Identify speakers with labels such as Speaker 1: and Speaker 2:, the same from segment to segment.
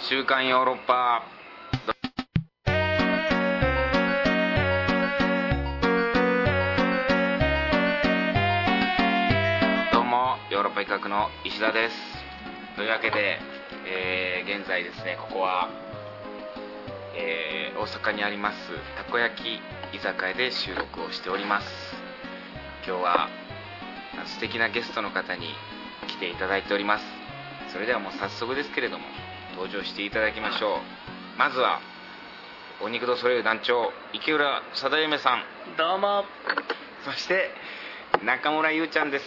Speaker 1: 週刊ヨーロッパどうもヨーロッパ企画の石田ですというわけで、えー現在ですねここは、えー大阪にありますたこ焼き居酒屋で収録をしております今日はあの素敵なゲストの方に来ていただいておりますそれではもう早速ですけれども登場していただきましょうまずはお肉とそれる団長池浦貞夢さん
Speaker 2: どうも
Speaker 1: そして中村優ちゃんです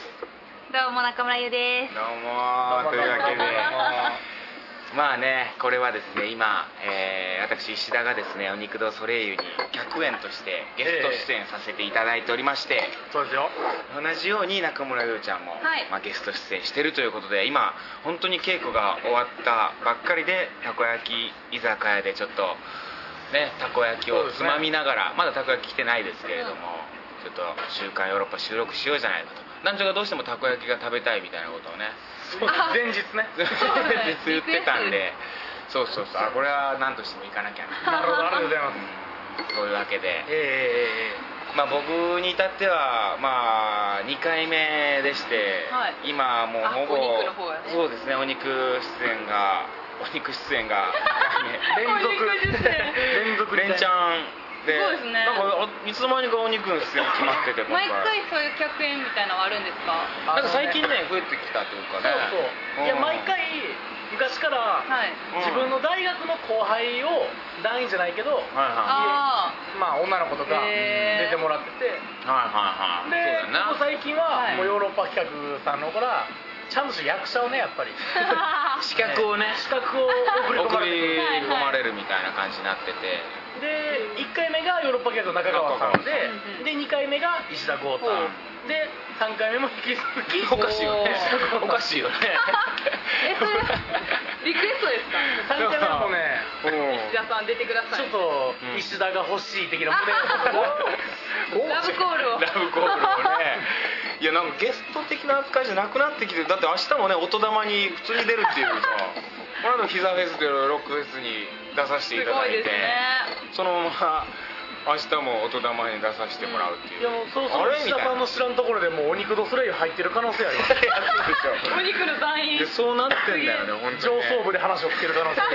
Speaker 3: どうも中村ゆで
Speaker 1: どうもというわけでまあねこれはですね今、えー私石田がですねお肉堂ソレイユに客演としてゲスト出演させていただいておりまして、
Speaker 2: そうですよ
Speaker 1: 同じように中村優ちゃんも、
Speaker 3: はい
Speaker 1: まあ、ゲスト出演してるということで今本当に稽古が終わったばっかりでたこ焼き居酒屋でちょっとねたこ焼きをつまみながら、まだたこ焼き来てないですけれども、ちょっと「週刊ヨーロッパ」収録しようじゃないかと男女がどうしてもたこ焼きが食べたいみたいなことをね
Speaker 2: そう前日 ね
Speaker 1: ずっと言ってたんでそうそうそうあこれは何としても行かなきゃな
Speaker 2: なるほどありがとうございま
Speaker 1: う
Speaker 2: す
Speaker 1: んそういうわけで
Speaker 2: えええ
Speaker 1: まあ、僕に至っては、まあ、2回目でして、
Speaker 3: はい
Speaker 1: 今もうほぼ
Speaker 3: あお肉の方やね
Speaker 1: そうですねお肉出演がお肉出演が
Speaker 2: え ええ連続
Speaker 3: こういう感じですね
Speaker 2: 連続
Speaker 1: 連チャ
Speaker 2: ン
Speaker 1: ンで
Speaker 3: そうですね
Speaker 1: なんかおいつの間にかお肉の出演決まってて
Speaker 3: す毎回そういう客演みたいなのはあるんですか
Speaker 1: なんか最近ね増えてきたというか
Speaker 2: そう
Speaker 1: ね
Speaker 2: そういや
Speaker 1: うん
Speaker 2: 毎回昔から
Speaker 3: はい
Speaker 1: うん
Speaker 2: 自分の大学の後輩を団員じゃないけど
Speaker 1: はいは
Speaker 3: あ
Speaker 2: まあ女の子とか
Speaker 3: へ
Speaker 2: 出
Speaker 3: え
Speaker 2: てもらってて
Speaker 1: いはいはい
Speaker 2: で
Speaker 1: はいそうだ
Speaker 2: ここ
Speaker 1: な
Speaker 2: 最近は
Speaker 3: はい
Speaker 2: もうヨーロッパ企画さんの方からちゃんとした役者をねやっ ぱり
Speaker 3: あ
Speaker 1: 資格 をね
Speaker 2: 資格を送り込
Speaker 1: 送
Speaker 2: まれて
Speaker 1: り
Speaker 3: はい
Speaker 1: 込まれるみたいな感じになってて
Speaker 2: で1回目がヨーロッパ企画の中川さんで
Speaker 3: うんうん
Speaker 2: で2回目が石田豪太
Speaker 3: ほう
Speaker 2: で3回目も引き続き
Speaker 1: おかしいよねおかしいよ ね
Speaker 3: えそれリクエストですか
Speaker 2: 3回目はもうね
Speaker 1: うん
Speaker 3: 石田さん出てくださ
Speaker 2: ちょ
Speaker 3: い
Speaker 2: っと
Speaker 1: うん
Speaker 2: 石田が欲しい的な胸 を
Speaker 3: ラブコールを
Speaker 1: ラブコールをねいやなんかゲスト的な扱いじゃなくなってきてるだって明日もね音玉に普通に出るっていうさこの間膝フェスというロックフェスに出させてい
Speaker 3: す
Speaker 1: ただ
Speaker 3: ご
Speaker 1: い
Speaker 3: い
Speaker 1: て
Speaker 3: ですね
Speaker 1: そのまま明日も音玉に出させてもらうってい
Speaker 2: いや
Speaker 1: う、
Speaker 2: もうそろそ
Speaker 1: あ
Speaker 2: ろ
Speaker 1: れ
Speaker 2: 石
Speaker 1: み
Speaker 2: 田
Speaker 1: たい
Speaker 2: さ
Speaker 1: なん
Speaker 2: の知らんところでもうお肉ドスレイユ入ってる可能性あり ます
Speaker 3: お肉の団員
Speaker 1: でそうなってんだよね本当
Speaker 2: 上
Speaker 1: に、ね、
Speaker 2: 層部で話をつける可能性が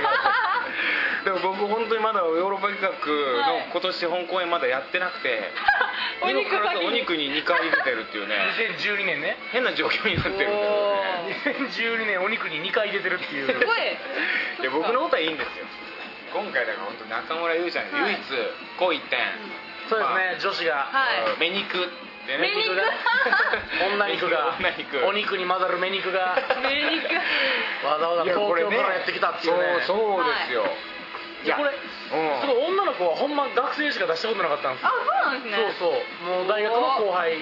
Speaker 1: でも僕本当にまだヨーロッパ企画の今年本公演まだやってなくて、
Speaker 3: お
Speaker 1: にも
Speaker 3: 肉
Speaker 1: かかわらず
Speaker 3: 先
Speaker 1: お
Speaker 3: に
Speaker 1: 肉に2回出てるって いうね
Speaker 2: ある2012年ね
Speaker 1: 変な状況になってるんだよね
Speaker 2: 2012年お肉に2回出てるっていう
Speaker 3: すごい
Speaker 1: いや僕のことはいいんですよ今回だから本当中村優ちゃんが唯一こう一点、
Speaker 2: そうですね女子が
Speaker 3: はい
Speaker 1: 目肉でね
Speaker 3: 目肉
Speaker 1: が
Speaker 2: 女肉が
Speaker 1: 女肉
Speaker 2: お肉に混ざる目肉が
Speaker 3: メ肉
Speaker 2: わざわざ東京からやってきたっていうね
Speaker 1: そうそうですよ、い、
Speaker 2: でこれ
Speaker 1: うん
Speaker 2: すごい女の子はほんま学生しか出したことなかったんです
Speaker 3: あ
Speaker 2: よ
Speaker 3: そうなんですね
Speaker 2: そうそうもう大学の後輩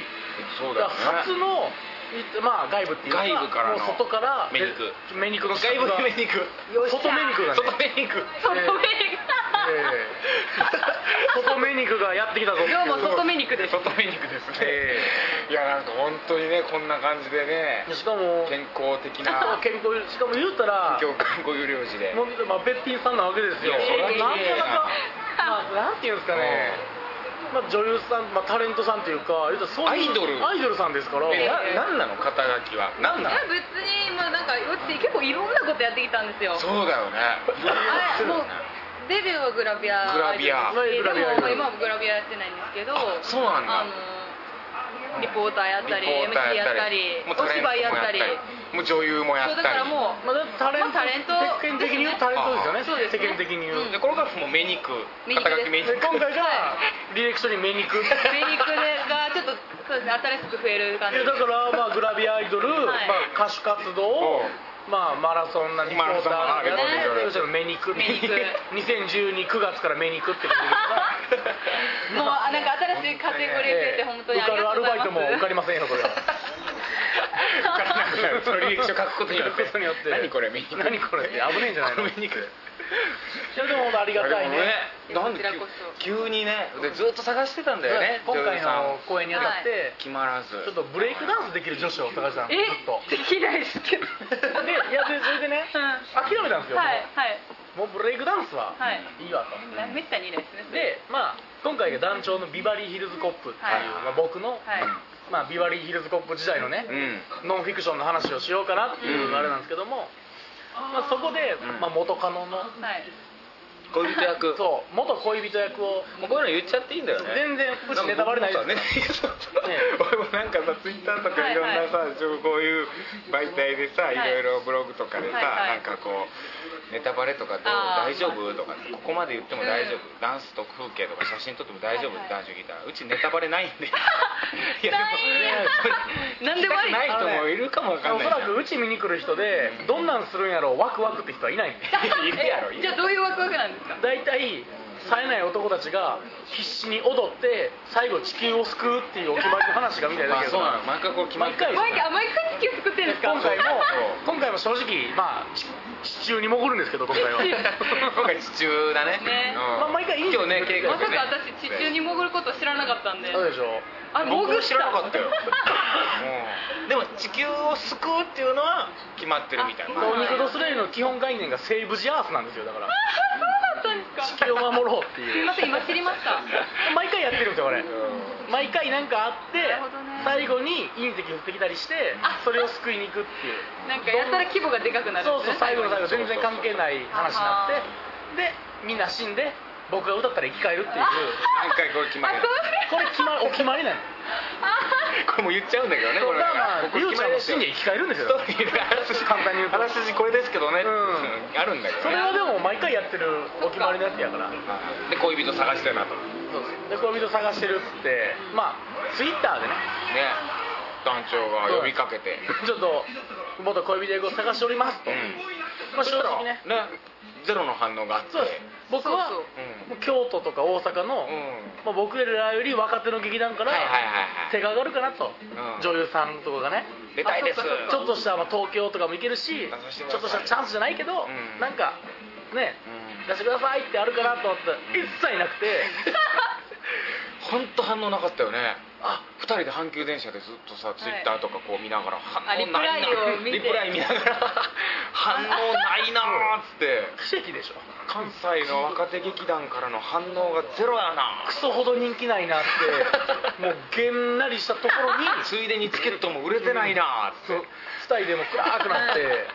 Speaker 1: そうだ
Speaker 2: が
Speaker 1: よ
Speaker 2: 初
Speaker 1: ね
Speaker 2: のいまあ外部っていう
Speaker 1: 外部からの
Speaker 2: もう外から
Speaker 1: 目肉
Speaker 2: え目肉の
Speaker 1: 外部の目肉
Speaker 3: よっしゃ
Speaker 2: 外目肉がね
Speaker 1: 外目肉
Speaker 3: 外目肉
Speaker 2: ええ外目肉がやってきたぞっていう
Speaker 3: どうも外目肉です
Speaker 1: 外目肉ですね、
Speaker 2: え
Speaker 1: いやなんか本当にねこんな感じでね
Speaker 2: えしかも
Speaker 1: 健康的な
Speaker 2: 健康しかも言うたら
Speaker 1: 今日健康有料児で
Speaker 2: もうまあべっぴんさんなわけですよ
Speaker 1: いや
Speaker 3: そりゃ
Speaker 2: なか
Speaker 3: 綺麗
Speaker 2: な
Speaker 3: だ
Speaker 2: かまあなんていうんですかねまあ女優さんまあタレントさんというか言うたらそういう
Speaker 1: アイドル
Speaker 2: アイドルさんですから
Speaker 1: え
Speaker 3: え
Speaker 1: ななんなの肩書きはなんなの
Speaker 3: え別にまあなんか私結構いろんなことやってきたんですよ
Speaker 1: そうだよね
Speaker 3: あれもうデビューはグラビア
Speaker 1: グラビア
Speaker 3: で
Speaker 2: グラビアアイドル
Speaker 3: も今はグラビアやってないんですけど
Speaker 1: あそうなんだ
Speaker 3: あのリポーターやったり MC やったり
Speaker 1: もう
Speaker 3: お芝居やったり
Speaker 1: もう女優もや
Speaker 3: そ
Speaker 1: っ
Speaker 3: うだ
Speaker 1: た
Speaker 3: から
Speaker 1: り
Speaker 3: も
Speaker 2: まあ、タレント,、
Speaker 3: まあタレント
Speaker 2: 世間的に言うタレントですよね
Speaker 3: ですねそうですね
Speaker 2: 世間的に言う、
Speaker 3: うん
Speaker 1: でこれがもう目肉
Speaker 3: 目肉
Speaker 1: 肩書き目肉
Speaker 3: です
Speaker 2: で今回が
Speaker 3: は
Speaker 2: 履歴書に目肉いう
Speaker 3: メイクがちょっとそうですね新しく増える 感じ
Speaker 2: やだからまあグラビアアイドル、
Speaker 3: はい
Speaker 2: まあ、歌手活動、まあ、マラソンなリポーターな
Speaker 1: マラソン
Speaker 3: な
Speaker 2: で要するに目肉
Speaker 3: 目肉
Speaker 2: 20129月から目肉って言ってるから
Speaker 3: もうあなんか新しいカテゴリー増えて本当に
Speaker 2: 受
Speaker 3: あ
Speaker 2: か
Speaker 3: り
Speaker 2: る
Speaker 3: が
Speaker 2: ア
Speaker 3: と
Speaker 2: ル
Speaker 3: うご
Speaker 2: バイ
Speaker 3: ざいま
Speaker 2: ト
Speaker 3: す
Speaker 2: も受かりませんよそれは
Speaker 1: わからなくな るその履歴書書くことによって
Speaker 2: 書くことによって
Speaker 1: 何これ目肉
Speaker 2: 何これって危ねえんじゃないの
Speaker 1: 目肉
Speaker 2: いやでも本当ありがたいね
Speaker 1: いやでもねなんで
Speaker 3: こちらこそ
Speaker 1: 急にねでずっと探してたんだよね
Speaker 2: 今回の
Speaker 1: 女優
Speaker 2: 公演にあたって、
Speaker 1: さん決まらず
Speaker 2: ちょっとブレイクダンスできる女子を探したんですずっと
Speaker 3: えできないですけど
Speaker 2: でいやでそれでね
Speaker 3: うん
Speaker 2: 諦めたんですよ、
Speaker 3: はい
Speaker 2: も
Speaker 3: はいう
Speaker 2: もうブレイクダンスは
Speaker 3: はい
Speaker 2: いいわと、
Speaker 3: めったにいないですねそれ
Speaker 2: でまあ今回が団長のビバリーヒルズコップっていう、
Speaker 3: はい
Speaker 2: まあ、僕の、
Speaker 3: はい
Speaker 2: まあ、ビバリーヒルズコップ時代のね、
Speaker 1: うん
Speaker 2: ノンフィクションの話をしようかなっていうあれなんですけども、まあ、そこで、
Speaker 1: うん
Speaker 2: まあ、元カノの
Speaker 3: はい
Speaker 1: 恋人役
Speaker 2: そう元恋人役を
Speaker 1: もうこういうの言っちゃっていいんだよね
Speaker 2: 全然うちネタバレないです
Speaker 1: んか僕もさね 俺もなんかさツイッターとかいろんなさ、こういう媒体でさ、
Speaker 3: はい
Speaker 1: いろいろブログとかでさ、
Speaker 3: はいはい
Speaker 1: なんかこうネタバレとかどう
Speaker 3: あー
Speaker 1: 大丈夫とかここまで言っても大丈夫、ダンスと風景とか写真撮っても大丈夫、
Speaker 3: はいはい
Speaker 1: 男子ギターうちネタバレないんでいやで
Speaker 3: な
Speaker 1: も
Speaker 3: んでもあ
Speaker 1: 聞きたく
Speaker 3: り
Speaker 1: ない人もいるかもわかん
Speaker 2: お
Speaker 1: な
Speaker 2: そ
Speaker 1: いじゃ
Speaker 2: ら
Speaker 1: ん
Speaker 2: くうち見に来る人でどんなんするんやろうワクワクって人はいないんで
Speaker 1: いるやろい
Speaker 3: え
Speaker 1: る
Speaker 3: じゃあどういうワクワクなんですか
Speaker 2: 大体冴えない男たちが必死に踊って最後地球を救うっていうお決まりの話がみたいだ
Speaker 1: まあ
Speaker 2: けど
Speaker 1: そうなの毎回こう決まってる
Speaker 3: 毎回あ毎回地球作ってるんですか
Speaker 2: 今回も
Speaker 1: そう
Speaker 2: 今回も正直まあち地中に潜るんですけど今 回は
Speaker 1: 今回地中だね
Speaker 3: ね
Speaker 1: うん
Speaker 2: まあ毎回いいんです
Speaker 1: 今
Speaker 2: よ
Speaker 1: 日ね計画
Speaker 3: ま
Speaker 1: ね
Speaker 3: さか私地中に潜ること知らなかったんで
Speaker 2: そうでしょ
Speaker 3: あ潜
Speaker 1: 僕
Speaker 3: っ
Speaker 1: も
Speaker 3: た
Speaker 1: 知らなかったよ、でも地球を救うっていうのは決まってるみたいな
Speaker 3: あ
Speaker 2: ロ
Speaker 3: そう
Speaker 2: ーニクドスレイの
Speaker 3: なんだ
Speaker 2: 基本概念がセーブ・ジ・アースなんですよ だから
Speaker 3: あそうなんです
Speaker 2: 地
Speaker 3: か
Speaker 2: 球を守ろうって
Speaker 3: す
Speaker 2: い
Speaker 3: み
Speaker 2: う
Speaker 3: ません今知りました
Speaker 2: 毎回やってるんですよこれ
Speaker 1: う
Speaker 2: 毎回なんかあって
Speaker 3: なるほどね
Speaker 2: 最後に隕石降ってきたりして
Speaker 3: あ
Speaker 2: それを救いに行くっていう
Speaker 3: なんかやたら規模がでかくなるん
Speaker 2: そうそ
Speaker 3: です
Speaker 2: う
Speaker 3: ね
Speaker 2: 最後の最後
Speaker 1: そうそうそう
Speaker 2: 全然関係ない話にな
Speaker 3: あ
Speaker 2: ってでみんな死んで僕が歌ったら生き返るっていう
Speaker 1: 何回これ決ま
Speaker 3: あ
Speaker 1: り
Speaker 3: そう
Speaker 2: これ決まお決まりなの
Speaker 1: これもう言っちゃうんだけどねこれ
Speaker 2: だからまあ
Speaker 1: ここ
Speaker 2: ゆうちゃんも
Speaker 1: 決
Speaker 2: 死
Speaker 1: ま
Speaker 2: んで
Speaker 1: り
Speaker 2: 生き返るんですよ
Speaker 1: ストーリーであらすじ
Speaker 2: 簡単に言うと
Speaker 1: あらすじこれですけどね、
Speaker 2: うん
Speaker 1: あるんだけ
Speaker 2: そ
Speaker 1: ど
Speaker 2: れ
Speaker 1: ね
Speaker 2: はでも毎回やってるお決まりのやつやから
Speaker 1: はいで恋人探してるなとね
Speaker 2: で恋人探してるっつってまあツイッターでね
Speaker 1: 団長が呼びかけて
Speaker 2: ちょっと元恋人役を探しておりますと、
Speaker 1: うん
Speaker 2: まあ
Speaker 1: そし
Speaker 2: 正
Speaker 1: たら
Speaker 2: 直ね
Speaker 1: ねゼロの反応があって
Speaker 2: そうです僕は
Speaker 3: そう
Speaker 1: う
Speaker 2: もう京都とか大阪の、
Speaker 1: んうん
Speaker 2: まあ、僕らより若手の劇団から
Speaker 1: はいはいはい
Speaker 2: 手が上がるかなと、
Speaker 1: うん
Speaker 2: 女優さんとかがね
Speaker 1: はい出たいです
Speaker 3: あそうかそうか
Speaker 2: ちょっとしたまあ東京とかも行けるし
Speaker 1: 出させてください
Speaker 2: ちょっとしたチャンスじゃないけど、
Speaker 1: うん
Speaker 2: なんかね
Speaker 1: うん
Speaker 2: 出してくださいってあるかなと思ったら一切な くて
Speaker 1: 本当反応なかったよね
Speaker 2: あ
Speaker 1: 2人で阪急電車でずっとさツイッターとかこう見ながら反
Speaker 3: あリ
Speaker 1: 応
Speaker 3: プ
Speaker 1: な
Speaker 3: ラ
Speaker 1: い
Speaker 3: イ
Speaker 1: な
Speaker 3: を見て
Speaker 1: リプライ見ながら反応ないなーっつって
Speaker 2: 奇跡でしょ
Speaker 1: 関西の若手劇団からの反応がゼロやな
Speaker 2: クソほど人気ないなってもうげんなりしたところに
Speaker 1: ついでにチケットも売れてないなーっつ
Speaker 2: そ
Speaker 1: っ
Speaker 2: う
Speaker 1: て
Speaker 2: 二人でも暗くなって。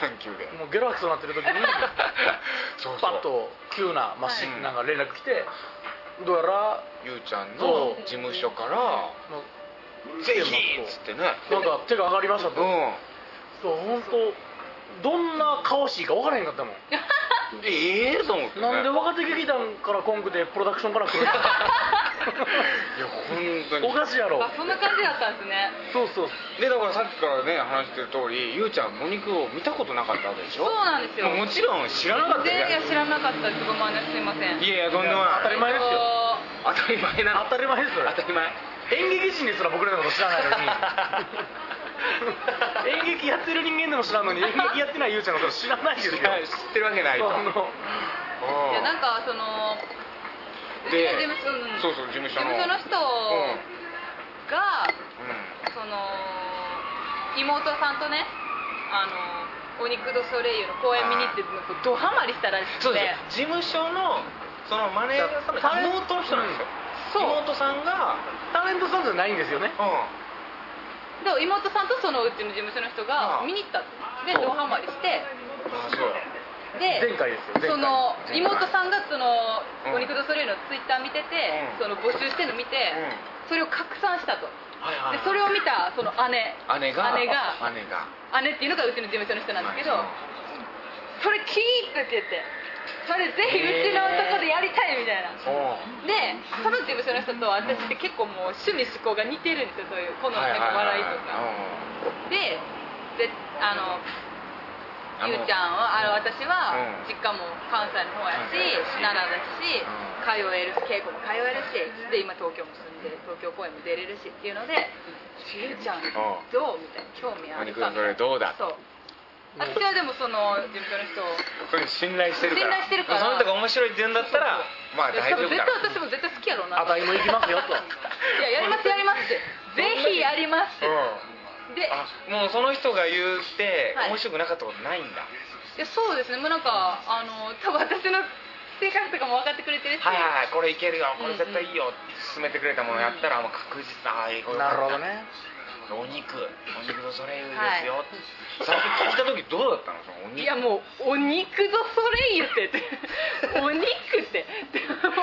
Speaker 1: 阪急で
Speaker 2: もうゲロ吐きそうになってる時に
Speaker 1: そう
Speaker 2: パッ
Speaker 1: そう
Speaker 2: と急な、まあし
Speaker 1: はい
Speaker 2: なんか連絡来てどうやら
Speaker 1: ゆうちゃんの
Speaker 2: そう
Speaker 1: 事務所から
Speaker 2: も
Speaker 1: 「
Speaker 2: う
Speaker 1: ぜひ!」っつってね
Speaker 2: なんか手が上がりました
Speaker 1: う
Speaker 2: と、
Speaker 1: ん
Speaker 2: そう本当どんな顔していいか分からへんかったもん、
Speaker 1: ええと思ってね
Speaker 2: なんで若手劇団からコンクでプロダクションから来る
Speaker 1: いや本当
Speaker 2: の
Speaker 1: に
Speaker 2: おかしいやろ
Speaker 3: あそんな感じだったんですね
Speaker 2: そうそう
Speaker 1: でだからさっきからね話してる通りゆうちゃんお肉を見たことなかったわけでし
Speaker 3: そ
Speaker 1: ょ
Speaker 3: うなんですよ
Speaker 1: もちろん知らなかった
Speaker 3: 全
Speaker 1: よ
Speaker 3: 然知らなかったですごめんなさいすいません
Speaker 1: いやいやとんでもない
Speaker 2: 当たり前ですよ
Speaker 1: 当たり前なの
Speaker 2: 当たり前ですよ
Speaker 1: 当たり前
Speaker 2: 演劇人ですら僕らのこと知ら ないのに演劇やってる人間でも知らんのに演劇やってないゆうちゃんのこと知らないですよ
Speaker 1: 知ら知ってるわけない
Speaker 2: そ
Speaker 1: と
Speaker 2: の
Speaker 3: いやなんんかそのうち
Speaker 1: で
Speaker 3: の事務所うん
Speaker 1: そうそう事務
Speaker 3: 事
Speaker 1: 所の
Speaker 3: 務所の人が、その妹さんとねあのお肉ドソレイユの公演見に行ってのとドハマりしたらしくて
Speaker 1: そうですよ事務所のそのマネージャーさんの妹の人なんですよ
Speaker 3: そう
Speaker 1: 妹さんが
Speaker 2: タレントさんじゃないんですよね
Speaker 1: う
Speaker 3: で妹さんとそのうちの事務所の人
Speaker 1: あ
Speaker 3: が
Speaker 1: あ
Speaker 3: 見に行ったんで
Speaker 1: そう
Speaker 3: ドハマりして
Speaker 1: んあそう
Speaker 3: で
Speaker 2: 前回ですよ前回
Speaker 3: その
Speaker 1: 前回
Speaker 3: 妹さんがその
Speaker 1: うん
Speaker 3: お肉ドソレイユのツイッター見てて、
Speaker 1: うん
Speaker 3: その募集してるの見て、それを拡散したと
Speaker 1: はいはい
Speaker 3: でそれを見たその姉
Speaker 1: 姉が
Speaker 3: 姉が
Speaker 1: 姉が
Speaker 3: 姉っていうのがうちの事務所の人なんですけど、
Speaker 1: はい
Speaker 3: それ聞いててってそれぜひうちの男でやりたいみたいな、
Speaker 1: そうおう
Speaker 3: でその事務所の人と私って結構もう趣味嗜好が似てるんですよそういう好みの
Speaker 1: はい
Speaker 3: なん
Speaker 1: はい
Speaker 3: か
Speaker 1: はい
Speaker 3: 笑いとかでであの
Speaker 1: うん
Speaker 3: ゆうちゃんはあの私は
Speaker 1: うん
Speaker 3: 実家も関西の方やし
Speaker 1: 関西
Speaker 3: 奈
Speaker 1: や
Speaker 3: 良
Speaker 1: うん
Speaker 3: だし通えるし稽古も通えるしで今東京も住んで東京公演も出れるしっていうのでゆうちゃん
Speaker 1: うん
Speaker 3: どうみたいな興味あるか
Speaker 1: お肉のそれどうだ
Speaker 3: そう私はでもその事務所の人を
Speaker 1: これ信頼してるから
Speaker 3: 信頼してるか
Speaker 1: そ
Speaker 3: ら
Speaker 1: の人が面白いって言うんだったらまあ大丈夫
Speaker 3: 多分
Speaker 1: だ
Speaker 3: 絶対私も絶対好きやろうな
Speaker 2: あたいも行きますよと
Speaker 3: いややりますやりますってぜひやりますって
Speaker 1: うん
Speaker 3: で
Speaker 1: あもうその人が言って
Speaker 3: はい
Speaker 1: 面白くなかったことないんだ、
Speaker 3: いやそうですねもうなんかあの多分私の性格とかも分かってくれてるし、
Speaker 1: はいはいはいこれいけるよこれ絶対いいよ、
Speaker 3: う
Speaker 1: 勧めてくれたものやったらもう確実なああいい
Speaker 2: なるほどね
Speaker 1: お肉お肉のソレイユですよ、さっき聞いた時どうだったのそのお肉
Speaker 3: いやもう「お肉ぞそれ言って」って 「お肉」ってでも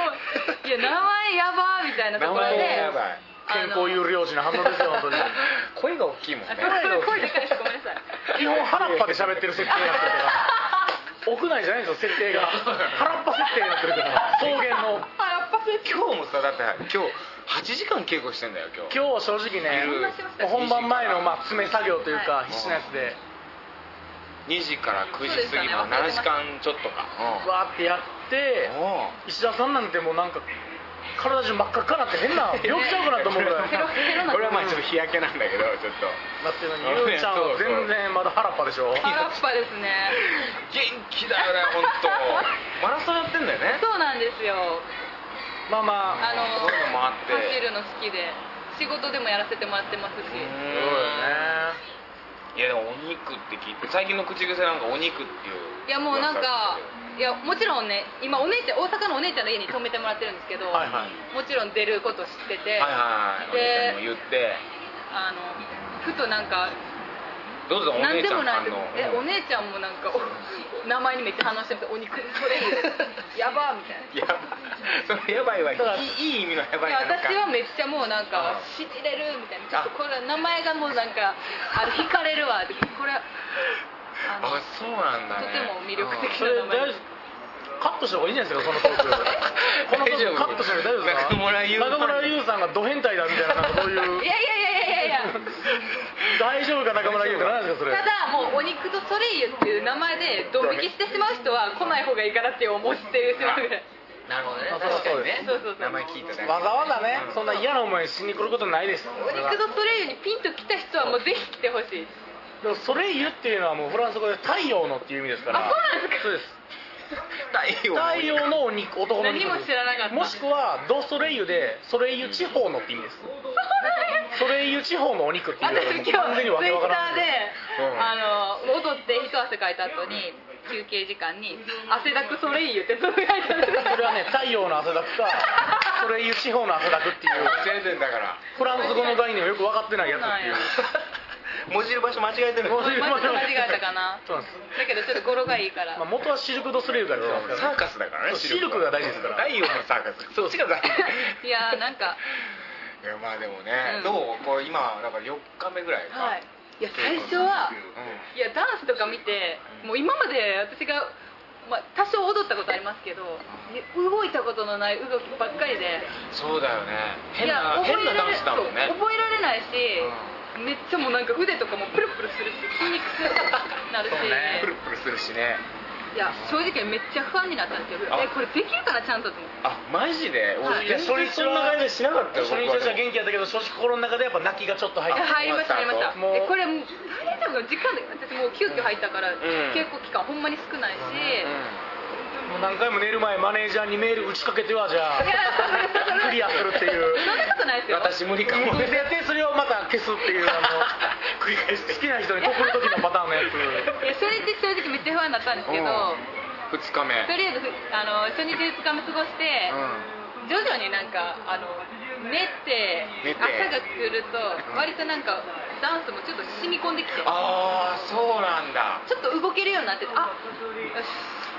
Speaker 3: いや名前やばーみたいなと
Speaker 1: 名
Speaker 3: ころ
Speaker 1: 前が
Speaker 3: で
Speaker 1: やばい
Speaker 2: 健康有料児の反応ですよ本当 に
Speaker 1: 声が大きいもんね
Speaker 3: あこれ声で返してごめんなさい
Speaker 2: 基本腹っぱで喋ってる設定になってる から屋内じゃないんですよ設定が腹っぱ設定になってるから草原の
Speaker 3: あやっぱそれ
Speaker 1: 今日もさだって今日8時間稽古してんだよ今日
Speaker 2: 今日は正直ね
Speaker 1: 昼
Speaker 2: もう本番前のまあ
Speaker 1: 2
Speaker 2: 詰め作業という
Speaker 3: は
Speaker 2: か
Speaker 3: い
Speaker 2: 必死なやつで
Speaker 1: 時から9時過ぎの
Speaker 3: そうで
Speaker 1: 7
Speaker 3: し
Speaker 1: 時
Speaker 3: たね
Speaker 1: 間ちょっとか
Speaker 2: わーってやって
Speaker 1: うんおう
Speaker 2: 石田さんなんてもうなんか体中真っ赤っかなって変な病気ちゃうかなと思うぐらい
Speaker 3: ヘロヘロな
Speaker 1: これはまあちょっと日焼けなんだけどちょっと
Speaker 2: なってるのにゆうちゃんは全然まだ腹っぱでしょ
Speaker 3: 腹っぱですね
Speaker 1: 元気だよね本当マラソンやってんだよね
Speaker 3: そうなんですよ
Speaker 2: まあまあ
Speaker 3: あの
Speaker 1: そういうのもあって
Speaker 3: 走るの好きで仕事でもやらせてもらってますし
Speaker 1: うん
Speaker 2: そうだよね
Speaker 1: いやでもお肉って聞いて最近の口癖なんかお肉っていう
Speaker 3: いやもうなんかいやもちろんね今お姉ちゃん大阪のお姉ちゃんの家に泊めてもらってるんですけど、
Speaker 2: はいはい
Speaker 3: もちろん出ること知ってて、
Speaker 1: はいはいはいお姉ちゃんにも言って
Speaker 3: あのふとなんか
Speaker 1: どうぞお
Speaker 3: 何
Speaker 1: 姉
Speaker 3: で
Speaker 1: ちゃ
Speaker 3: も
Speaker 1: んの
Speaker 3: ない
Speaker 1: 反
Speaker 3: で
Speaker 1: 応
Speaker 3: えお姉ちゃんもなんかお名前にめっちゃ話してみて「お肉それやば」みたいな。
Speaker 1: やばいそれやばいはいいいい意味のやば
Speaker 3: い
Speaker 1: い
Speaker 3: や
Speaker 1: ななんか
Speaker 3: 私はめっちゃもうなんか
Speaker 1: うん
Speaker 3: しびれるみたいなちょっとこれ名前がもうなんかあの惹かれるわってこれあの
Speaker 1: あそうなんだね
Speaker 3: とても魅力的
Speaker 2: それ大丈夫カットした方がいいんじゃないですかその トークこのトークカットした方が大丈夫ですか
Speaker 1: 中村優さん
Speaker 2: 中村優さんがド変態だみたいななんかそう
Speaker 3: い
Speaker 2: いう
Speaker 3: やいやいやいやいやいや
Speaker 2: 大丈夫か中村優って何ですかそれ
Speaker 3: ただもう「お肉とソレイユ」っていう名前でドン引きしてしまう人は来ない方がいいかなって思ってしまうぐらい
Speaker 1: なるほどね
Speaker 2: あそう
Speaker 1: 確かにね
Speaker 3: そうそうそう
Speaker 1: 名前聞いただけで
Speaker 2: わざわざねそんな嫌な思いしに来ることないです
Speaker 3: お肉とソレイユにピンと来た人はもうぜひ来てほしい
Speaker 2: でもソレイユっていうのはもうフランス語で太陽のっていう意味ですから
Speaker 3: あそうなんですか
Speaker 2: そうです
Speaker 1: 太陽
Speaker 2: 太陽のお肉男の
Speaker 3: 何
Speaker 2: 肉
Speaker 3: も知らなかった
Speaker 2: もしくはドソレイユでソレイユ地方のって意味ですソレイユ地方のお肉っていう
Speaker 3: 私今日ツイッタ
Speaker 2: 完全にわけわから
Speaker 3: ー
Speaker 2: ん
Speaker 3: で、
Speaker 1: うん
Speaker 3: あの踊って一汗かいた後に休憩時間に「汗だくソレイユ」ってつぶやいたんです
Speaker 2: それはね太陽の汗だくか ソレイユ地方の汗だくっていう
Speaker 1: 全然だから
Speaker 2: フランス語の概念をよく分かってないやつっていう
Speaker 1: 文字る場所間違えてる
Speaker 2: 文字る
Speaker 3: 間違えたかな
Speaker 2: そうなんです、
Speaker 3: だけどちょっと語呂がいいから
Speaker 2: まあ、元はシルク・ド・ソレイユから来てますか
Speaker 1: サ
Speaker 2: ら
Speaker 1: ーカスだからね
Speaker 2: そうシルクが大事ですから
Speaker 1: 太陽のサーカスそっちが大事
Speaker 3: いやーなんか
Speaker 1: いやまあでもね、
Speaker 3: うん
Speaker 1: どうこう今だから4日目ぐらいか、
Speaker 3: はいいや最初は
Speaker 1: う
Speaker 3: いやダンスとか見てもう今まで私が、まあ、多少踊ったことありますけど動いたことのない動きばっかりで
Speaker 1: ん、そうだよね変
Speaker 3: いや
Speaker 1: な
Speaker 3: 覚
Speaker 1: 変
Speaker 3: え
Speaker 1: な
Speaker 3: ら
Speaker 1: ダ
Speaker 3: れ
Speaker 1: ンスだもんね
Speaker 3: そう覚えられないし、めっちゃもうなんか腕とかもプルプルするし筋肉痛になるし、
Speaker 2: そうね
Speaker 1: プルプルするしね
Speaker 3: いや正直めっちゃ不安になったんですよ
Speaker 1: あ
Speaker 3: えこれできるかなちゃんとと思って
Speaker 1: あマジで
Speaker 3: はい
Speaker 1: 俺全然そんな感じしなかったよ
Speaker 2: 初日
Speaker 1: 僕は
Speaker 2: としては元気やったけど正直心の中でやっぱ泣きがちょっと入って
Speaker 1: あ
Speaker 3: 入りました入りました
Speaker 2: もう
Speaker 3: えこれもう大丈夫かな時間で私もう急遽入ったから、
Speaker 1: ん
Speaker 3: 稽古期間ほんまに少ないし、
Speaker 2: もう何回も寝る前マネージャーにメール打ちかけてはじゃ あ
Speaker 3: いやそんなことな
Speaker 2: ク
Speaker 3: い
Speaker 2: リアするっていう
Speaker 3: そんなことないです
Speaker 1: うん、
Speaker 3: よ
Speaker 1: 私無理かも繰
Speaker 2: でやってそれをまた消すっていうあ
Speaker 1: り返し
Speaker 2: の
Speaker 1: て
Speaker 2: 好きな人に告る時のパターンのやつ
Speaker 3: いや初日正直めっちゃ不安になったんですけど、
Speaker 1: 2日目
Speaker 3: とりあえずふあの初日2日目過ごして、
Speaker 1: う
Speaker 3: 徐々になんかあの寝て
Speaker 1: 寝て
Speaker 3: 朝が来ると
Speaker 1: うん
Speaker 3: 割となんかダンスもちょっと染み込んできて
Speaker 1: ん、ああそうなんだ
Speaker 3: ちょっと動けるようになっててあよし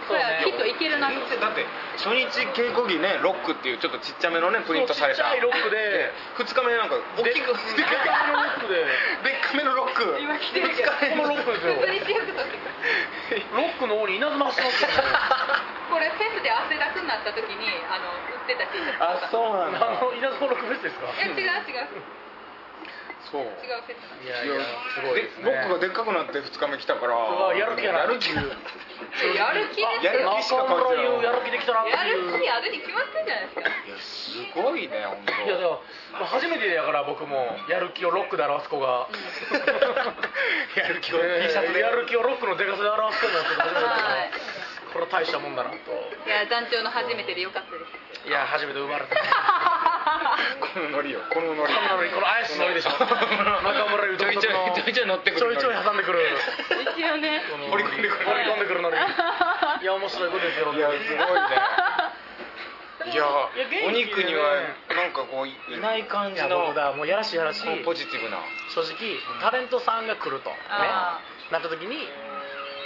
Speaker 3: これはきっといけるなって
Speaker 1: だって初日稽古着ねロックっていうちょっとちっちゃめのねプリントされ
Speaker 2: ちったちゃいロックで
Speaker 1: 2日目なんか大きく
Speaker 2: でっかめのロックで
Speaker 1: でっかめのロック
Speaker 3: 今着てるけど
Speaker 2: このロックですよ
Speaker 3: 普通に私服として
Speaker 2: ロックの方に稲妻しました
Speaker 3: これフェスで汗だくになった時にあの売ってた T シャツ
Speaker 1: あそうな
Speaker 2: あ
Speaker 1: んだ
Speaker 2: の稲妻ロックフェスですか
Speaker 3: え違う違う
Speaker 1: そう
Speaker 3: 違うフェスなん
Speaker 2: い
Speaker 3: で
Speaker 2: や
Speaker 1: い
Speaker 2: い
Speaker 1: や
Speaker 2: や
Speaker 1: す
Speaker 2: す
Speaker 1: ご
Speaker 2: ご
Speaker 1: い
Speaker 2: い
Speaker 1: で
Speaker 2: ですす
Speaker 1: ね
Speaker 2: ね
Speaker 1: ロックがでっかくなって2日目来たから
Speaker 2: うわやる気やな
Speaker 1: やる気
Speaker 2: やる
Speaker 3: すやる気です
Speaker 1: やる
Speaker 3: よ
Speaker 1: 気しか感じない
Speaker 2: やる気できたなって
Speaker 3: やる
Speaker 2: いう
Speaker 3: 気あるに決まってんじゃないですか
Speaker 1: いやすごいね本当
Speaker 2: いやでもまあ初めてやから僕もやる気をロックで表す子が
Speaker 1: やる気を T シャツで
Speaker 2: やる気をロックのデカさで表す子が初めてだか
Speaker 3: はい
Speaker 2: らこれは大したもんだなと
Speaker 3: いや団長の初めてでよかったです
Speaker 2: いや初めて生まれた
Speaker 1: このノリよこのノリ
Speaker 2: このノリこの怪しいノリでしょ中村ゆう
Speaker 1: ちょいちょいちょいちょい乗ってくる
Speaker 2: ちょいちょい挟んでくる
Speaker 3: 一応ね
Speaker 2: この
Speaker 1: 掘り込んでくる
Speaker 2: 掘り込んでくるノリいや面白いことですよ
Speaker 1: いやすごいねいや
Speaker 3: や元気
Speaker 1: お肉にはなんかこういいない感じ
Speaker 2: いや
Speaker 1: の
Speaker 2: 僕だもうやらしいやらしい
Speaker 1: こうポジティブな
Speaker 2: 正直タレントさんが来るとね
Speaker 3: あ
Speaker 2: なった時に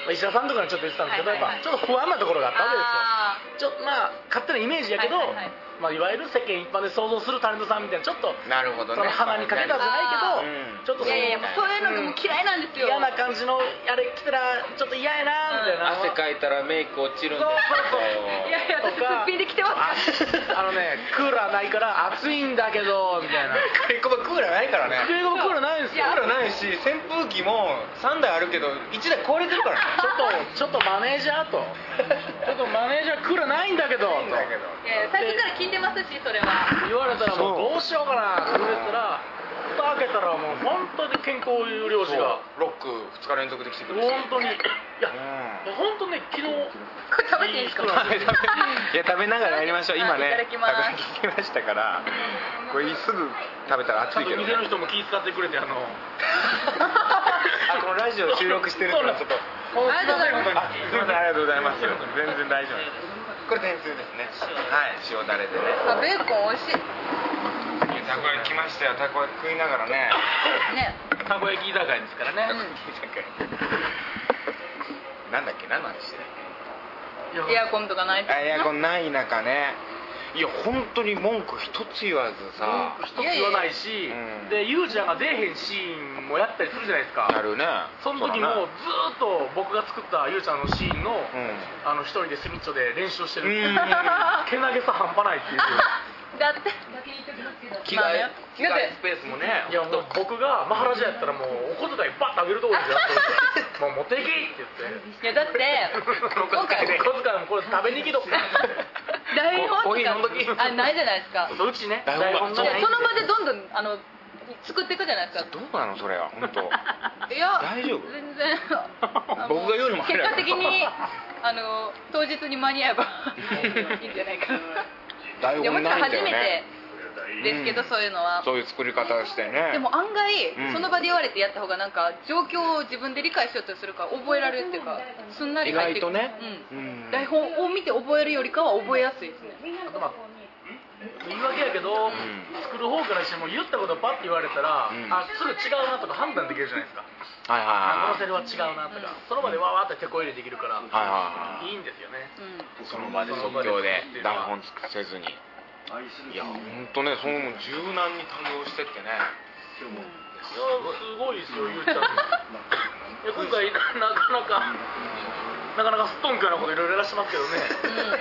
Speaker 2: まあ石田さんとかにちょっと言ってたんですけど、
Speaker 3: はいはいは
Speaker 2: や
Speaker 3: い
Speaker 2: っぱちょっと不安なところがあったわけですよ
Speaker 3: あ
Speaker 2: ちょまあ勝手なイメージやけど、
Speaker 3: はいはいはい
Speaker 2: まあ、いわゆる世間一般で想像するタレントさんみたいなちょっと
Speaker 1: なるほど
Speaker 2: そ
Speaker 1: ね
Speaker 2: の鼻にかけたじゃ
Speaker 1: う
Speaker 2: ない
Speaker 1: ん
Speaker 2: けど、ちょっと
Speaker 3: い
Speaker 2: その
Speaker 3: やいやいやもうそういうのがもう嫌いなんですよ
Speaker 2: 嫌な感じのあれ来たらちょっと嫌やなみたいな、
Speaker 1: 汗かいたらメイク落ちるんです
Speaker 3: いやいや
Speaker 2: と
Speaker 3: 私す
Speaker 2: か
Speaker 3: っぴんで来てますから
Speaker 2: ああのねクーラーないから暑いんだけどみたいな
Speaker 1: けどクーラーないからね
Speaker 2: 冬のクーラーないんです
Speaker 3: い
Speaker 2: よ
Speaker 3: や
Speaker 1: クーラーないし扇風機も3台あるけど1台壊れてるからね
Speaker 2: ちょっとちょっとマネージャーとちょっとマネージャークーラーないんだけどと
Speaker 1: だけど
Speaker 3: いやいや最初から聞いてますしそれは
Speaker 2: 言われたらもうどうしようかなって言ったら蓋開けたらもう本当に健康有料
Speaker 1: そ
Speaker 2: 児
Speaker 1: う
Speaker 2: が
Speaker 1: ロック2日連続で来てく
Speaker 2: 本
Speaker 1: るし
Speaker 2: 当にいや
Speaker 1: うん
Speaker 2: 本当ね昨日
Speaker 3: これ食べていいですか
Speaker 2: 人なんですよ
Speaker 1: いや食べながらやりましょう今ね
Speaker 3: いただきます
Speaker 1: 食べきましたからこれすぐ食べたら
Speaker 2: ち
Speaker 1: 熱
Speaker 2: ゃん
Speaker 1: いけ
Speaker 2: と
Speaker 1: ど
Speaker 2: 店の人も気遣ってくれてあ の
Speaker 1: あこのラジオ収録してるからちょっと
Speaker 3: ありがとうございま
Speaker 1: あ
Speaker 3: す
Speaker 1: すいませんありがとうございます全然大丈夫これ天つゆですねはい塩だれでね
Speaker 3: あベーコン美味しい
Speaker 1: いやたこ焼き来ましたよたこ焼き食いながらね
Speaker 3: ね
Speaker 2: たこ焼き居酒屋ですから
Speaker 1: たこ
Speaker 2: ね
Speaker 1: 焼きなんかなんだっけ何の話してたっ
Speaker 3: エアコンとかないと
Speaker 1: けあエアコンない中ねいや本当に文句一つ言わずさ
Speaker 2: 一つ言わない
Speaker 1: いやい
Speaker 2: し
Speaker 1: やうん
Speaker 2: でゆうちゃんが出えへんシーンもやったりするじゃないですか
Speaker 1: やるね
Speaker 2: その時
Speaker 1: うだ
Speaker 2: も
Speaker 1: ね
Speaker 2: ずーっと僕が作ったゆうちゃんのシーンの
Speaker 1: うん
Speaker 2: あの一人でセミッチョで練習してる
Speaker 1: う ん
Speaker 2: けなげさ半端ないっていう
Speaker 3: だって
Speaker 1: 着
Speaker 3: まあね
Speaker 1: 替え着替えスペースもね
Speaker 2: いやもう僕がマハラジャやったらもうお小遣いバッとあげるところですよ やっともう持っていきって言って
Speaker 3: いやだって今回
Speaker 2: お小遣いもこれ食べに行き とく
Speaker 3: 台本
Speaker 1: コーヒー飲んど
Speaker 3: と
Speaker 1: き
Speaker 3: かあないじゃないですか
Speaker 2: そううちね
Speaker 1: 台本が
Speaker 3: い
Speaker 2: 台
Speaker 3: や
Speaker 2: 本
Speaker 3: その
Speaker 2: ないん
Speaker 3: 場でどんどんあの作っていくじゃないですか
Speaker 1: どうなのそれは本 当
Speaker 3: いや
Speaker 1: 大丈夫
Speaker 3: 全 然あの
Speaker 1: 僕が言うのもあれ
Speaker 3: 結
Speaker 1: や
Speaker 3: 果
Speaker 1: けど
Speaker 3: 的にあの当日に間に合えば いいんじゃないか
Speaker 1: 台
Speaker 3: ないやも
Speaker 1: 本
Speaker 3: ちろん
Speaker 1: ないん
Speaker 3: 初
Speaker 1: だよ
Speaker 3: めて
Speaker 1: ね
Speaker 3: ですけど、
Speaker 1: うん
Speaker 3: そういうのは
Speaker 1: そういう作り方してね
Speaker 3: でも案外、
Speaker 1: うん
Speaker 3: その場で言われてやった方がなんか状況を自分で理解しようとするから覚えられるっていうかすんなり
Speaker 1: 意
Speaker 3: 入っ
Speaker 1: 外
Speaker 3: て
Speaker 1: とね
Speaker 3: う
Speaker 1: うん
Speaker 3: ん、台本を見て覚えるよりかは覚えやすいですね
Speaker 2: あとまあ言い訳やけど、
Speaker 1: ん
Speaker 2: 作る方からしても言ったことパッて言われたら、
Speaker 1: うん
Speaker 2: あすぐ違うなとか判断できるじゃないですか
Speaker 1: はい
Speaker 2: あこの
Speaker 1: はい
Speaker 2: セリフは違うなとか、その場でわーって手こ入れできるから、
Speaker 1: はいはいはいはい
Speaker 2: いんですよね
Speaker 3: う
Speaker 1: その場で即興で台本せずにいや本当ねそのもう柔軟に対応してってね
Speaker 3: ん、うん
Speaker 2: いやすごいですよゆうちゃん いや今回なかなかなかなかすっとんきょうなこといろいろやらしてますけどね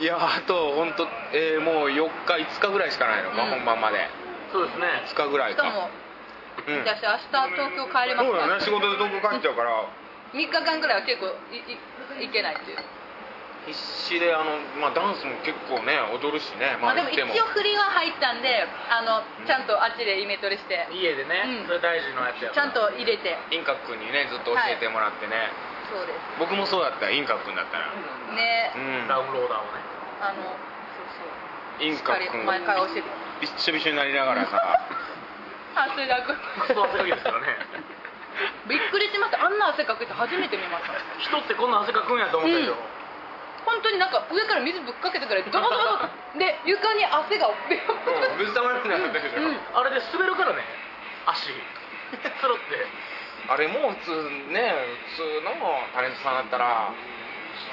Speaker 1: いやあと本当えーもう4日5日ぐらいしかないの、まあ
Speaker 3: うん
Speaker 1: 本番まで
Speaker 2: そうですね
Speaker 1: 5日ぐらい
Speaker 3: しか
Speaker 1: かう
Speaker 3: も、
Speaker 1: ん
Speaker 3: 私明日東京帰れます
Speaker 1: そう
Speaker 3: か
Speaker 1: だ
Speaker 3: ら
Speaker 1: ね仕事で遠く帰っちゃうから
Speaker 3: 3日間ぐらいは結構いいいけないっていう
Speaker 1: 必死であの、まあ、ダンスも結構ね踊るしね、
Speaker 3: まあでも
Speaker 1: 言っ
Speaker 3: 一
Speaker 1: て
Speaker 3: 応振りは入ったんであのちゃんとあっちでイメトレして
Speaker 2: 家でね、
Speaker 3: うん
Speaker 2: それ大事なやつや
Speaker 3: ちゃんと入れて
Speaker 1: インカ君にねずっと教えてもらってね、
Speaker 3: そうです
Speaker 1: 僕もそうだったインカ君だったら
Speaker 3: ね
Speaker 1: うん
Speaker 2: ダウンローダーをね
Speaker 3: あの
Speaker 1: イ
Speaker 3: そうそう
Speaker 1: ン
Speaker 3: しっ
Speaker 1: カ
Speaker 3: かり
Speaker 1: 君
Speaker 3: 毎回教えて
Speaker 1: びっしょびしょになりながらさ
Speaker 3: 汗だく
Speaker 2: クソ汗かきですからね
Speaker 3: びっくりしましたあんな汗かくって初めて見ました
Speaker 2: 人ってこんな汗かくんやと思ったけど、
Speaker 3: うん本当になんか上から水ぶっかけてくらいドバドバドバで床に汗がベロベロ
Speaker 1: ぶちたまるくなかったでしょ、
Speaker 3: うん
Speaker 2: あれで滑るからね足つるって
Speaker 1: あれもう普通ね普通のタレントさんだったら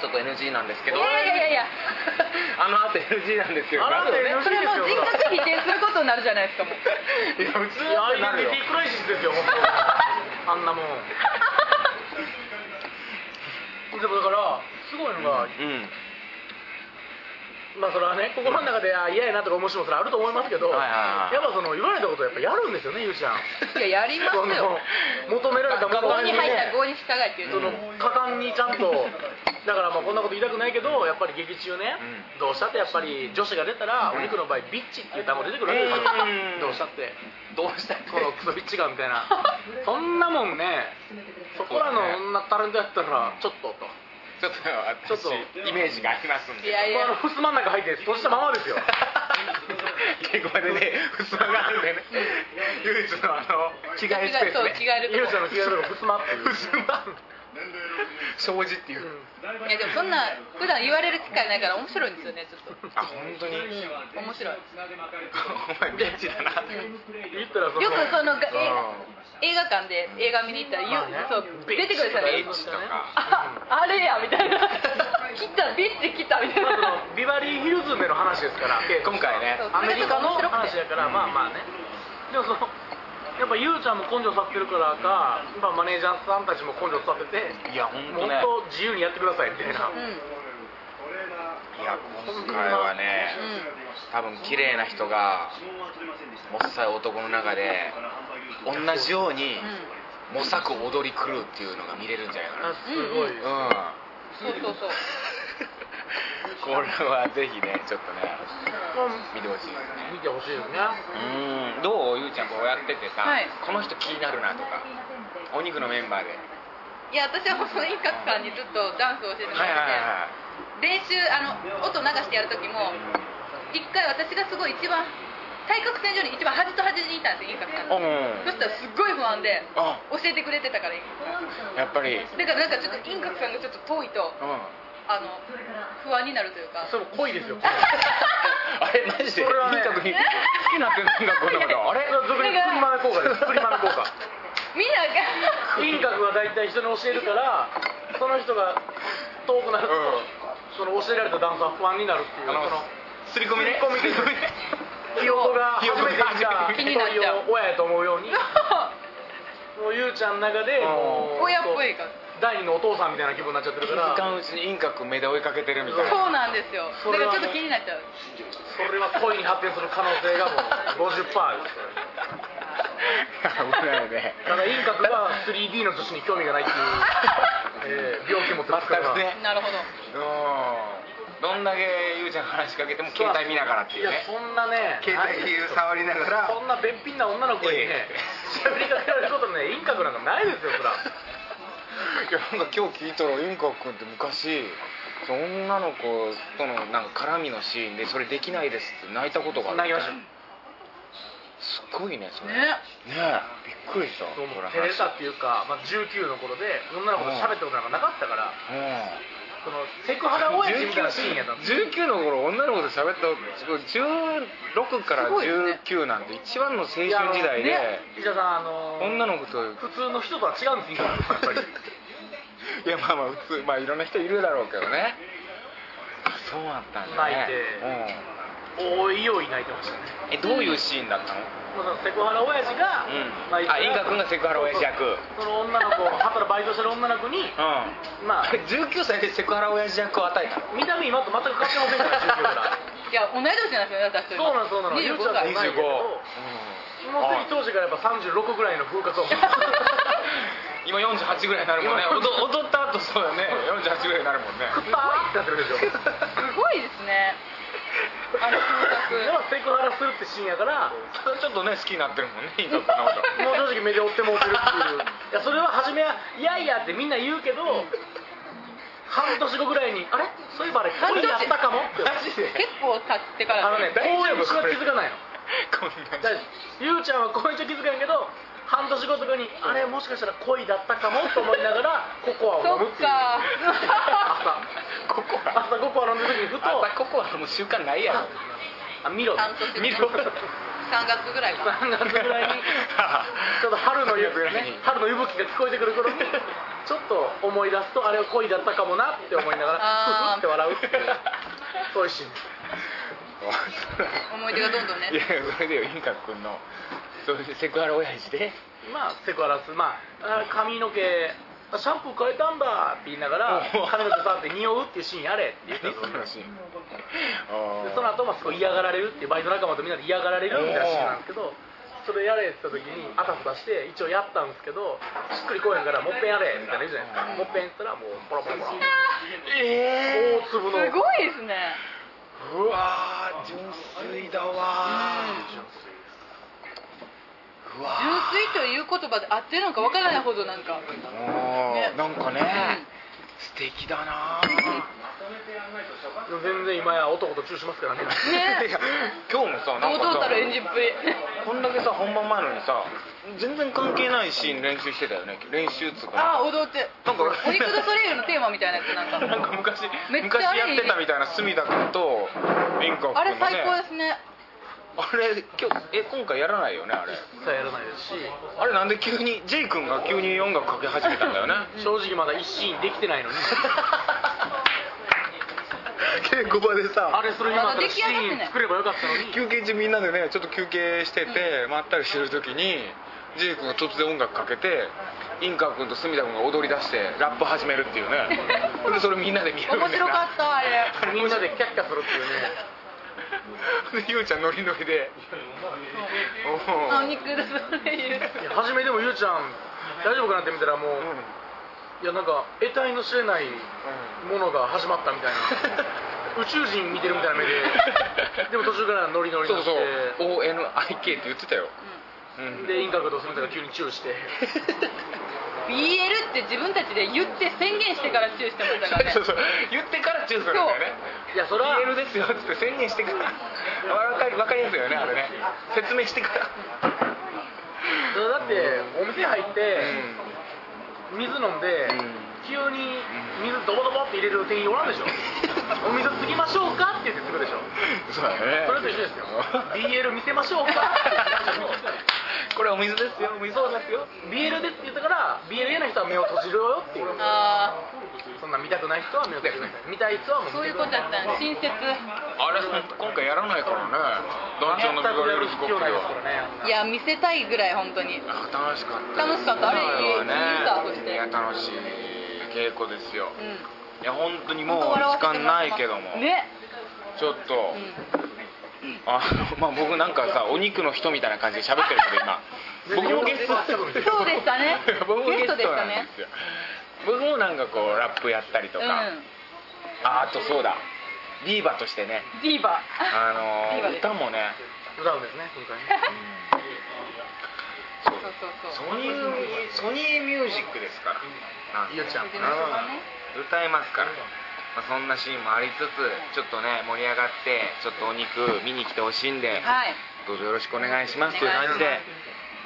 Speaker 1: ちょっと NG なんですけど
Speaker 3: いやいやいやいや
Speaker 1: あの後 NG なんですよ
Speaker 2: あの
Speaker 1: な
Speaker 2: 後
Speaker 1: るよね
Speaker 2: NG
Speaker 3: それはもう人格否定することになるじゃないですかもう
Speaker 1: いや普通
Speaker 2: いやアイデ
Speaker 1: なる
Speaker 2: ン
Speaker 1: よ
Speaker 2: ティティクライシスですよ本当あ んなもんでもだからすごいのが、
Speaker 1: うん
Speaker 2: まあそれはね心の中であ嫌やなとか思う人もそれあると思いますけど、
Speaker 1: はいはいはい
Speaker 2: やっぱその言われたことをやっぱやるんですよねゆうちゃん
Speaker 3: いややります
Speaker 2: その
Speaker 3: よ
Speaker 2: 求められたこと
Speaker 3: 5に入っ
Speaker 2: ね
Speaker 3: たら5に従えっていう
Speaker 2: その果敢にちゃんとだからまあこんなこと言いたくないけどやっぱり劇中ね、
Speaker 1: う
Speaker 2: どうしたってやっぱり女子が出たら、
Speaker 1: うん
Speaker 2: お肉の場合ビッチっていう単語出てくるわけですよ、
Speaker 1: うん
Speaker 2: どうしたって
Speaker 1: どうしたって
Speaker 2: このクソビッチがみ たいなそんなもんねそこらの女タレントやったらちょっとと
Speaker 1: ちょっと
Speaker 2: ちょっと
Speaker 1: 私イメージがありますん
Speaker 3: い
Speaker 1: で
Speaker 3: やい
Speaker 2: まあ、あの
Speaker 3: や
Speaker 2: ふすまの中入って閉じたま まですよ
Speaker 1: 稽古場でね襖があるんでね唯一のあの
Speaker 2: 着替えスペース
Speaker 3: そう
Speaker 2: ね
Speaker 3: 着替えるとこ
Speaker 2: ゆうちゃんの着替えるとこふすまっていう、
Speaker 1: 襖障子 っていう、
Speaker 2: うん
Speaker 3: いやでもそんな普段言われる機会ないから面白いんですよねちょっと
Speaker 1: あ本当に
Speaker 3: 面白い
Speaker 1: お前ビッチだな
Speaker 2: 言ったらその
Speaker 3: よくそのが
Speaker 2: う
Speaker 3: 映画館で映画見に行ったら、ゆ
Speaker 2: まあね
Speaker 3: そう
Speaker 2: ビッチ
Speaker 3: 出てくるじゃない
Speaker 1: ビ
Speaker 3: で
Speaker 1: ッチ
Speaker 3: す
Speaker 1: と
Speaker 3: か
Speaker 1: か
Speaker 3: ああれやみたいな来たビッチ来たみたい
Speaker 2: んまあ
Speaker 3: な
Speaker 2: そのビバリーヒルズでの話ですから
Speaker 1: 今回ね
Speaker 3: そう
Speaker 2: アメリカの
Speaker 3: それがちょっと面白く
Speaker 2: 話
Speaker 3: て
Speaker 2: やからまあまあねでもそのやっぱゆうちゃんも根性させてるからか、まあ、マネージャーさんたちも根性させて
Speaker 1: いや本
Speaker 2: も
Speaker 1: 当
Speaker 2: っ
Speaker 1: ね
Speaker 2: と自由にやってくださいみたいな、
Speaker 3: うん
Speaker 1: いや今回はね多分綺麗な人がもっさい男の中で同じように
Speaker 3: う
Speaker 1: 模索踊り狂うっていうのが見れるんじゃないか
Speaker 2: あすごい、
Speaker 3: うん
Speaker 1: な
Speaker 3: んそうそうそう
Speaker 1: うんこれはぜひねちょっとね
Speaker 2: ま
Speaker 1: 見てほしいですね
Speaker 2: あ見てほしいですね
Speaker 1: うんどうゆうちゃんこうやっててさ、
Speaker 3: はい
Speaker 1: この人気になるなとかお肉のメンバーで
Speaker 3: いや私はもうその一角さんにずっとダンスを教えても
Speaker 1: はいはいはいは
Speaker 3: らってて、練習あの音流してやる時も一回私がすごい一番対角線上に一番端と端にいたんですよ一角さん
Speaker 1: い
Speaker 3: が
Speaker 1: うん
Speaker 3: そしたらすっごい不安で
Speaker 1: あ
Speaker 3: 教えてくれてたからだ
Speaker 1: やっぱりうん
Speaker 3: からなんかちょっとインカクさんがちょっと遠いとあの不安になるというか
Speaker 2: それも恋 ですよこ
Speaker 1: あれマジで
Speaker 2: それはね
Speaker 1: いい角に好きになってなんかこんなこと あれ
Speaker 2: れは俗に言うプリマナ効果ですプリマナ効果
Speaker 3: みんなが
Speaker 2: 輪郭は大体人に教えるからその人が遠くなると、その教えられたダンスは不安になるっていう
Speaker 1: あの
Speaker 2: その
Speaker 1: すり込みね
Speaker 2: 刷り込み ひよこが初めて来た
Speaker 1: ひ
Speaker 2: 一
Speaker 3: よこが初めて来た
Speaker 2: 人を親やと思うようにもうゆうちゃんの中でもう
Speaker 3: 親っぽいから
Speaker 2: 第二のお父さんみたいな気分になっちゃってる
Speaker 1: 気
Speaker 2: から
Speaker 1: づかんうちにインカク目で追いかけてるみたいな
Speaker 3: そうなんですよだ
Speaker 2: そ
Speaker 3: か
Speaker 2: れ
Speaker 3: ら
Speaker 2: は
Speaker 3: ちょっと気になっちゃう
Speaker 2: それは恋に発展する可能性がもう50%です
Speaker 1: 危ないね
Speaker 2: ただ輪郭が 3D の女子に興味がないっていう、えー病気持ってますか
Speaker 1: 全
Speaker 2: ら
Speaker 1: くね
Speaker 3: なるほど
Speaker 1: うんどんだけゆうちゃんが話しかけても携帯見ながらって
Speaker 2: い
Speaker 1: いう
Speaker 2: や
Speaker 1: ね
Speaker 2: そんなね
Speaker 1: 携帯触りながら
Speaker 2: そんなべっぴんな女の子にね
Speaker 1: ええ
Speaker 2: 喋りかけられることね輪郭なんかないですよそら
Speaker 1: いやなんか今日聞いたらインカくんって昔その女の子とのなんか絡みのシーンでそれできないですって泣いたことがある
Speaker 2: 泣きました
Speaker 1: すごいねそれね
Speaker 3: ね
Speaker 1: えびっくりした
Speaker 2: どうも
Speaker 1: これ
Speaker 2: 照れたっていうか、まあ、19の頃で女の子と喋ったことなんかなかったから
Speaker 1: う
Speaker 2: そのセクハラ親父みたいなシーンやったんですよ
Speaker 1: ん19の頃女の子と喋った16から
Speaker 3: すごいよね
Speaker 1: 19なんて一番の青春時代
Speaker 2: いや
Speaker 1: で
Speaker 2: 石田さんあのー
Speaker 1: 女の子と
Speaker 2: 普通の人とは違うんですよやっ ぱり
Speaker 1: いやまあまあ普通まあいろんな人いるだろうけどねあそうだったんだね
Speaker 2: 泣おいおい泣いてましたね
Speaker 1: うんえどういうシーンだったの
Speaker 2: もうそのセクハラ親父が、
Speaker 1: うん
Speaker 2: まいつか
Speaker 1: あ伊賀君がセクハラ親父役
Speaker 2: その女の子働くバイトしてる女の子に
Speaker 1: うん
Speaker 2: まあ
Speaker 1: あれ19歳でセクハラ親父役を与えたの
Speaker 2: 見た目今と全く変わってませんから19から
Speaker 3: いや同い年なんですよね私と今
Speaker 2: そうなのそうなのゆうちゃん
Speaker 3: 25歳
Speaker 2: と同い
Speaker 1: 25
Speaker 2: けどその時当時からやっぱ36ぐらいの風格を持って た
Speaker 1: 今48ぐらいになるもんね
Speaker 2: 今
Speaker 1: 踊踊った後そうだね48ぐらいになるも んね
Speaker 2: クッパーってなってるでし ょ
Speaker 3: すごいですねあの
Speaker 2: で
Speaker 3: 風
Speaker 2: もセクハラするってシーンやからも
Speaker 1: ちょっとね好きになってるもんね伊賀君の こと
Speaker 2: う正直目で追ってもうてるっていういやそれは初めはいやいやってみんな言うけど半年後ぐらいにあれそういえばあれこれやったかもって
Speaker 1: マジで
Speaker 3: 格結構経ってから
Speaker 2: あのね
Speaker 1: 大
Speaker 2: こうい
Speaker 1: 丈
Speaker 2: う
Speaker 1: 夫
Speaker 2: 口は気づかないの
Speaker 1: こん
Speaker 2: だ
Speaker 1: な
Speaker 2: からゆうちゃんはこういう人気づかんけど半年後とかにあれもしかしたら恋だったかもと思いながらココアを飲むっ
Speaker 3: そ
Speaker 2: い
Speaker 3: って
Speaker 2: う
Speaker 3: か
Speaker 2: 朝
Speaker 1: ここは
Speaker 2: 朝ココア飲んでる時にふと
Speaker 1: あここはもう習慣ないやろ
Speaker 2: あ見ろ
Speaker 3: 半
Speaker 2: 3
Speaker 3: 年
Speaker 1: 見 ろ
Speaker 3: 3月ぐらいか
Speaker 2: 月ぐら いにちょっと春の
Speaker 1: 三月ぐ
Speaker 2: 夜、
Speaker 1: らい
Speaker 2: ね
Speaker 1: に、
Speaker 2: 春の息吹が聞こえてくる頃にちょっと思い出すとあれは恋だったかもなって思いながらふふ
Speaker 3: あー
Speaker 2: って笑うっていうそういうシーン
Speaker 3: 思い出がどんどんね
Speaker 1: いやそれでよインカ君のそういうセクハラ親父で
Speaker 2: まあセクハラスまああ髪の毛あシャンプー変えたんだって言いながら
Speaker 1: おお
Speaker 2: 髪の毛触って匂うっていうシーンやれって言ってたと思う
Speaker 1: 楽しい
Speaker 2: でその後まあすごい嫌がられるっていうバイト仲間とみんなで嫌がられるみたいなシーンなんですけどそれやれって言った時にあたふたして一応やったんですけどしっくりこえへんからもっぺんやれみたいな言うじゃないですかもっぺんやったらもうポロポロポロ
Speaker 1: え
Speaker 2: 大粒
Speaker 3: す
Speaker 2: の
Speaker 3: ごいですね
Speaker 1: うわー純粋だわーうわ
Speaker 3: 純粋という言葉で合ってるのかわからないほどなんか
Speaker 1: ーもうなんかね素敵だなぁ
Speaker 2: 全然今や男とチューしますからね
Speaker 1: いや今日もさなん
Speaker 3: 堂
Speaker 1: か
Speaker 3: 々
Speaker 1: さ
Speaker 3: たる演じっぷり
Speaker 1: こんだけさ本番前のにさ全然関係ないシーン練習してたよね練習っつう
Speaker 3: ああ
Speaker 1: か
Speaker 3: 踊って
Speaker 1: なんか
Speaker 3: お肉とソレイユのテーマみたいなやつなん
Speaker 1: な
Speaker 3: か
Speaker 1: なんか昔
Speaker 3: めっちゃ
Speaker 1: 昔
Speaker 3: あれ
Speaker 1: やってたみたいな隅田君と凛子君のね
Speaker 3: あれ最高ですね
Speaker 1: あれ今日え今回やらないよねあれ
Speaker 2: さあやらないですし
Speaker 1: あれなんで急に J 君が急に音楽かけ始めたんだよ ね
Speaker 2: 正直まだ一シーンできて ないのに
Speaker 1: 稽古場でさ
Speaker 2: あれそれ今だったらシーン作ればよかったのに
Speaker 1: 休憩中みんなでねちょっと休憩してて、まったりしてる時に J 君が突然音楽かけてインカ君と隅田君が踊り出してラップ始めるっていう ねでそれみんなで見るみたいな
Speaker 3: 面白かったあれ
Speaker 2: みんなでキャッキャするっていう
Speaker 1: で
Speaker 2: ね
Speaker 1: ゆうちゃんノリノリで
Speaker 3: あお
Speaker 1: おー
Speaker 3: 肉とソレイユ
Speaker 2: いや初めでもゆうちゃん大丈夫かなって見たらもう、
Speaker 1: うんうん
Speaker 2: いやなんか得体の知れないものが始まったみたいな宇宙人見てるみたいな目ででも途中からノリノリに
Speaker 1: そう
Speaker 2: なって
Speaker 1: そう ONIK って言ってたよ、うん
Speaker 2: でインカクとするんだから急にチューして
Speaker 3: BL って自分たちで言って宣言してからチューしてましたからね
Speaker 1: そうそう言ってからチューするんだよね
Speaker 2: いやそれは
Speaker 1: BL ですよっつって宣言してからわかりわかりやすいよねあれね説明してから
Speaker 2: それだってお店入って水飲んで、急に水ドボドボって入れる店員おらんでしょお水つぎましょうかって言ってつくでしょ
Speaker 1: そうだね
Speaker 2: それと一緒ですよ BL 見せましょうか
Speaker 1: これお水ですよお水そうですよ
Speaker 2: BL ですって言ったから BL 嫌な人は目を閉じろよっていう
Speaker 3: あ
Speaker 2: そんな見たくない人は目を閉じてください見たい人はもう
Speaker 3: あそう
Speaker 2: 見
Speaker 3: い
Speaker 2: て
Speaker 3: う
Speaker 2: く
Speaker 3: こと
Speaker 2: ださい
Speaker 3: だったん親
Speaker 1: あれ
Speaker 3: 切
Speaker 1: 今回やらないからね団長の
Speaker 2: 全くや
Speaker 1: ビ
Speaker 2: る必
Speaker 1: ガ
Speaker 2: 要ない
Speaker 1: レルス国
Speaker 2: ですからね
Speaker 3: いや見せたいぐらい本当に
Speaker 1: あ楽しかった
Speaker 3: 楽しかったあれいいインターとして
Speaker 1: いや楽しい稽古ですよ
Speaker 3: うん
Speaker 1: いや本当にもう
Speaker 3: 本当笑わ
Speaker 1: 時
Speaker 3: せて
Speaker 1: 間
Speaker 3: も
Speaker 1: ないけども、
Speaker 3: らってますね
Speaker 1: ちょっと、
Speaker 3: うん
Speaker 1: あのまあ僕なんかさお肉の人みたいな感じで喋ってるけど今僕もゲスト
Speaker 3: そうでしたね
Speaker 1: 僕もゲ
Speaker 3: ゲスト
Speaker 1: ス
Speaker 3: でし
Speaker 1: トな
Speaker 3: た
Speaker 1: ん
Speaker 3: ね
Speaker 1: ですよ僕もなんかこうラップやったりと
Speaker 3: う
Speaker 1: か、
Speaker 3: ん
Speaker 1: ああとそうだディーバとしてね
Speaker 3: ディーバ
Speaker 1: あ
Speaker 3: ディ
Speaker 1: の
Speaker 3: ー
Speaker 1: ー
Speaker 3: バです
Speaker 1: 歌もね、
Speaker 2: 歌うんですね今回ね
Speaker 1: そう
Speaker 3: そうそうそう
Speaker 1: ソニーソニーミュージックですからなんか
Speaker 2: ゆうちゃん
Speaker 3: 藤本さんね
Speaker 1: 歌えますから、まあ、そんなシーンもありつつちょっとね盛り上がってちょっとお肉見に来てほしいんで、
Speaker 3: はい
Speaker 1: どうぞよろしくお願いしますという感じで
Speaker 3: お願いし、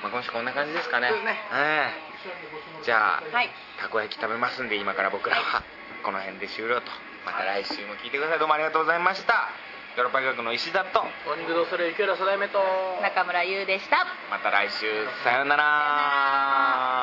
Speaker 1: まあ、今週こんな感じですかね
Speaker 2: そうですね
Speaker 1: ええじゃあ、
Speaker 3: はい
Speaker 1: たこ焼き食べますんで今から僕らはこの辺で終了とまた来週も聞いてくださいどうもありがとうございましたヨーロッパ学の石田と
Speaker 2: お肉どうそれゆけら定めと
Speaker 3: 中村優でした
Speaker 1: また来週さようなら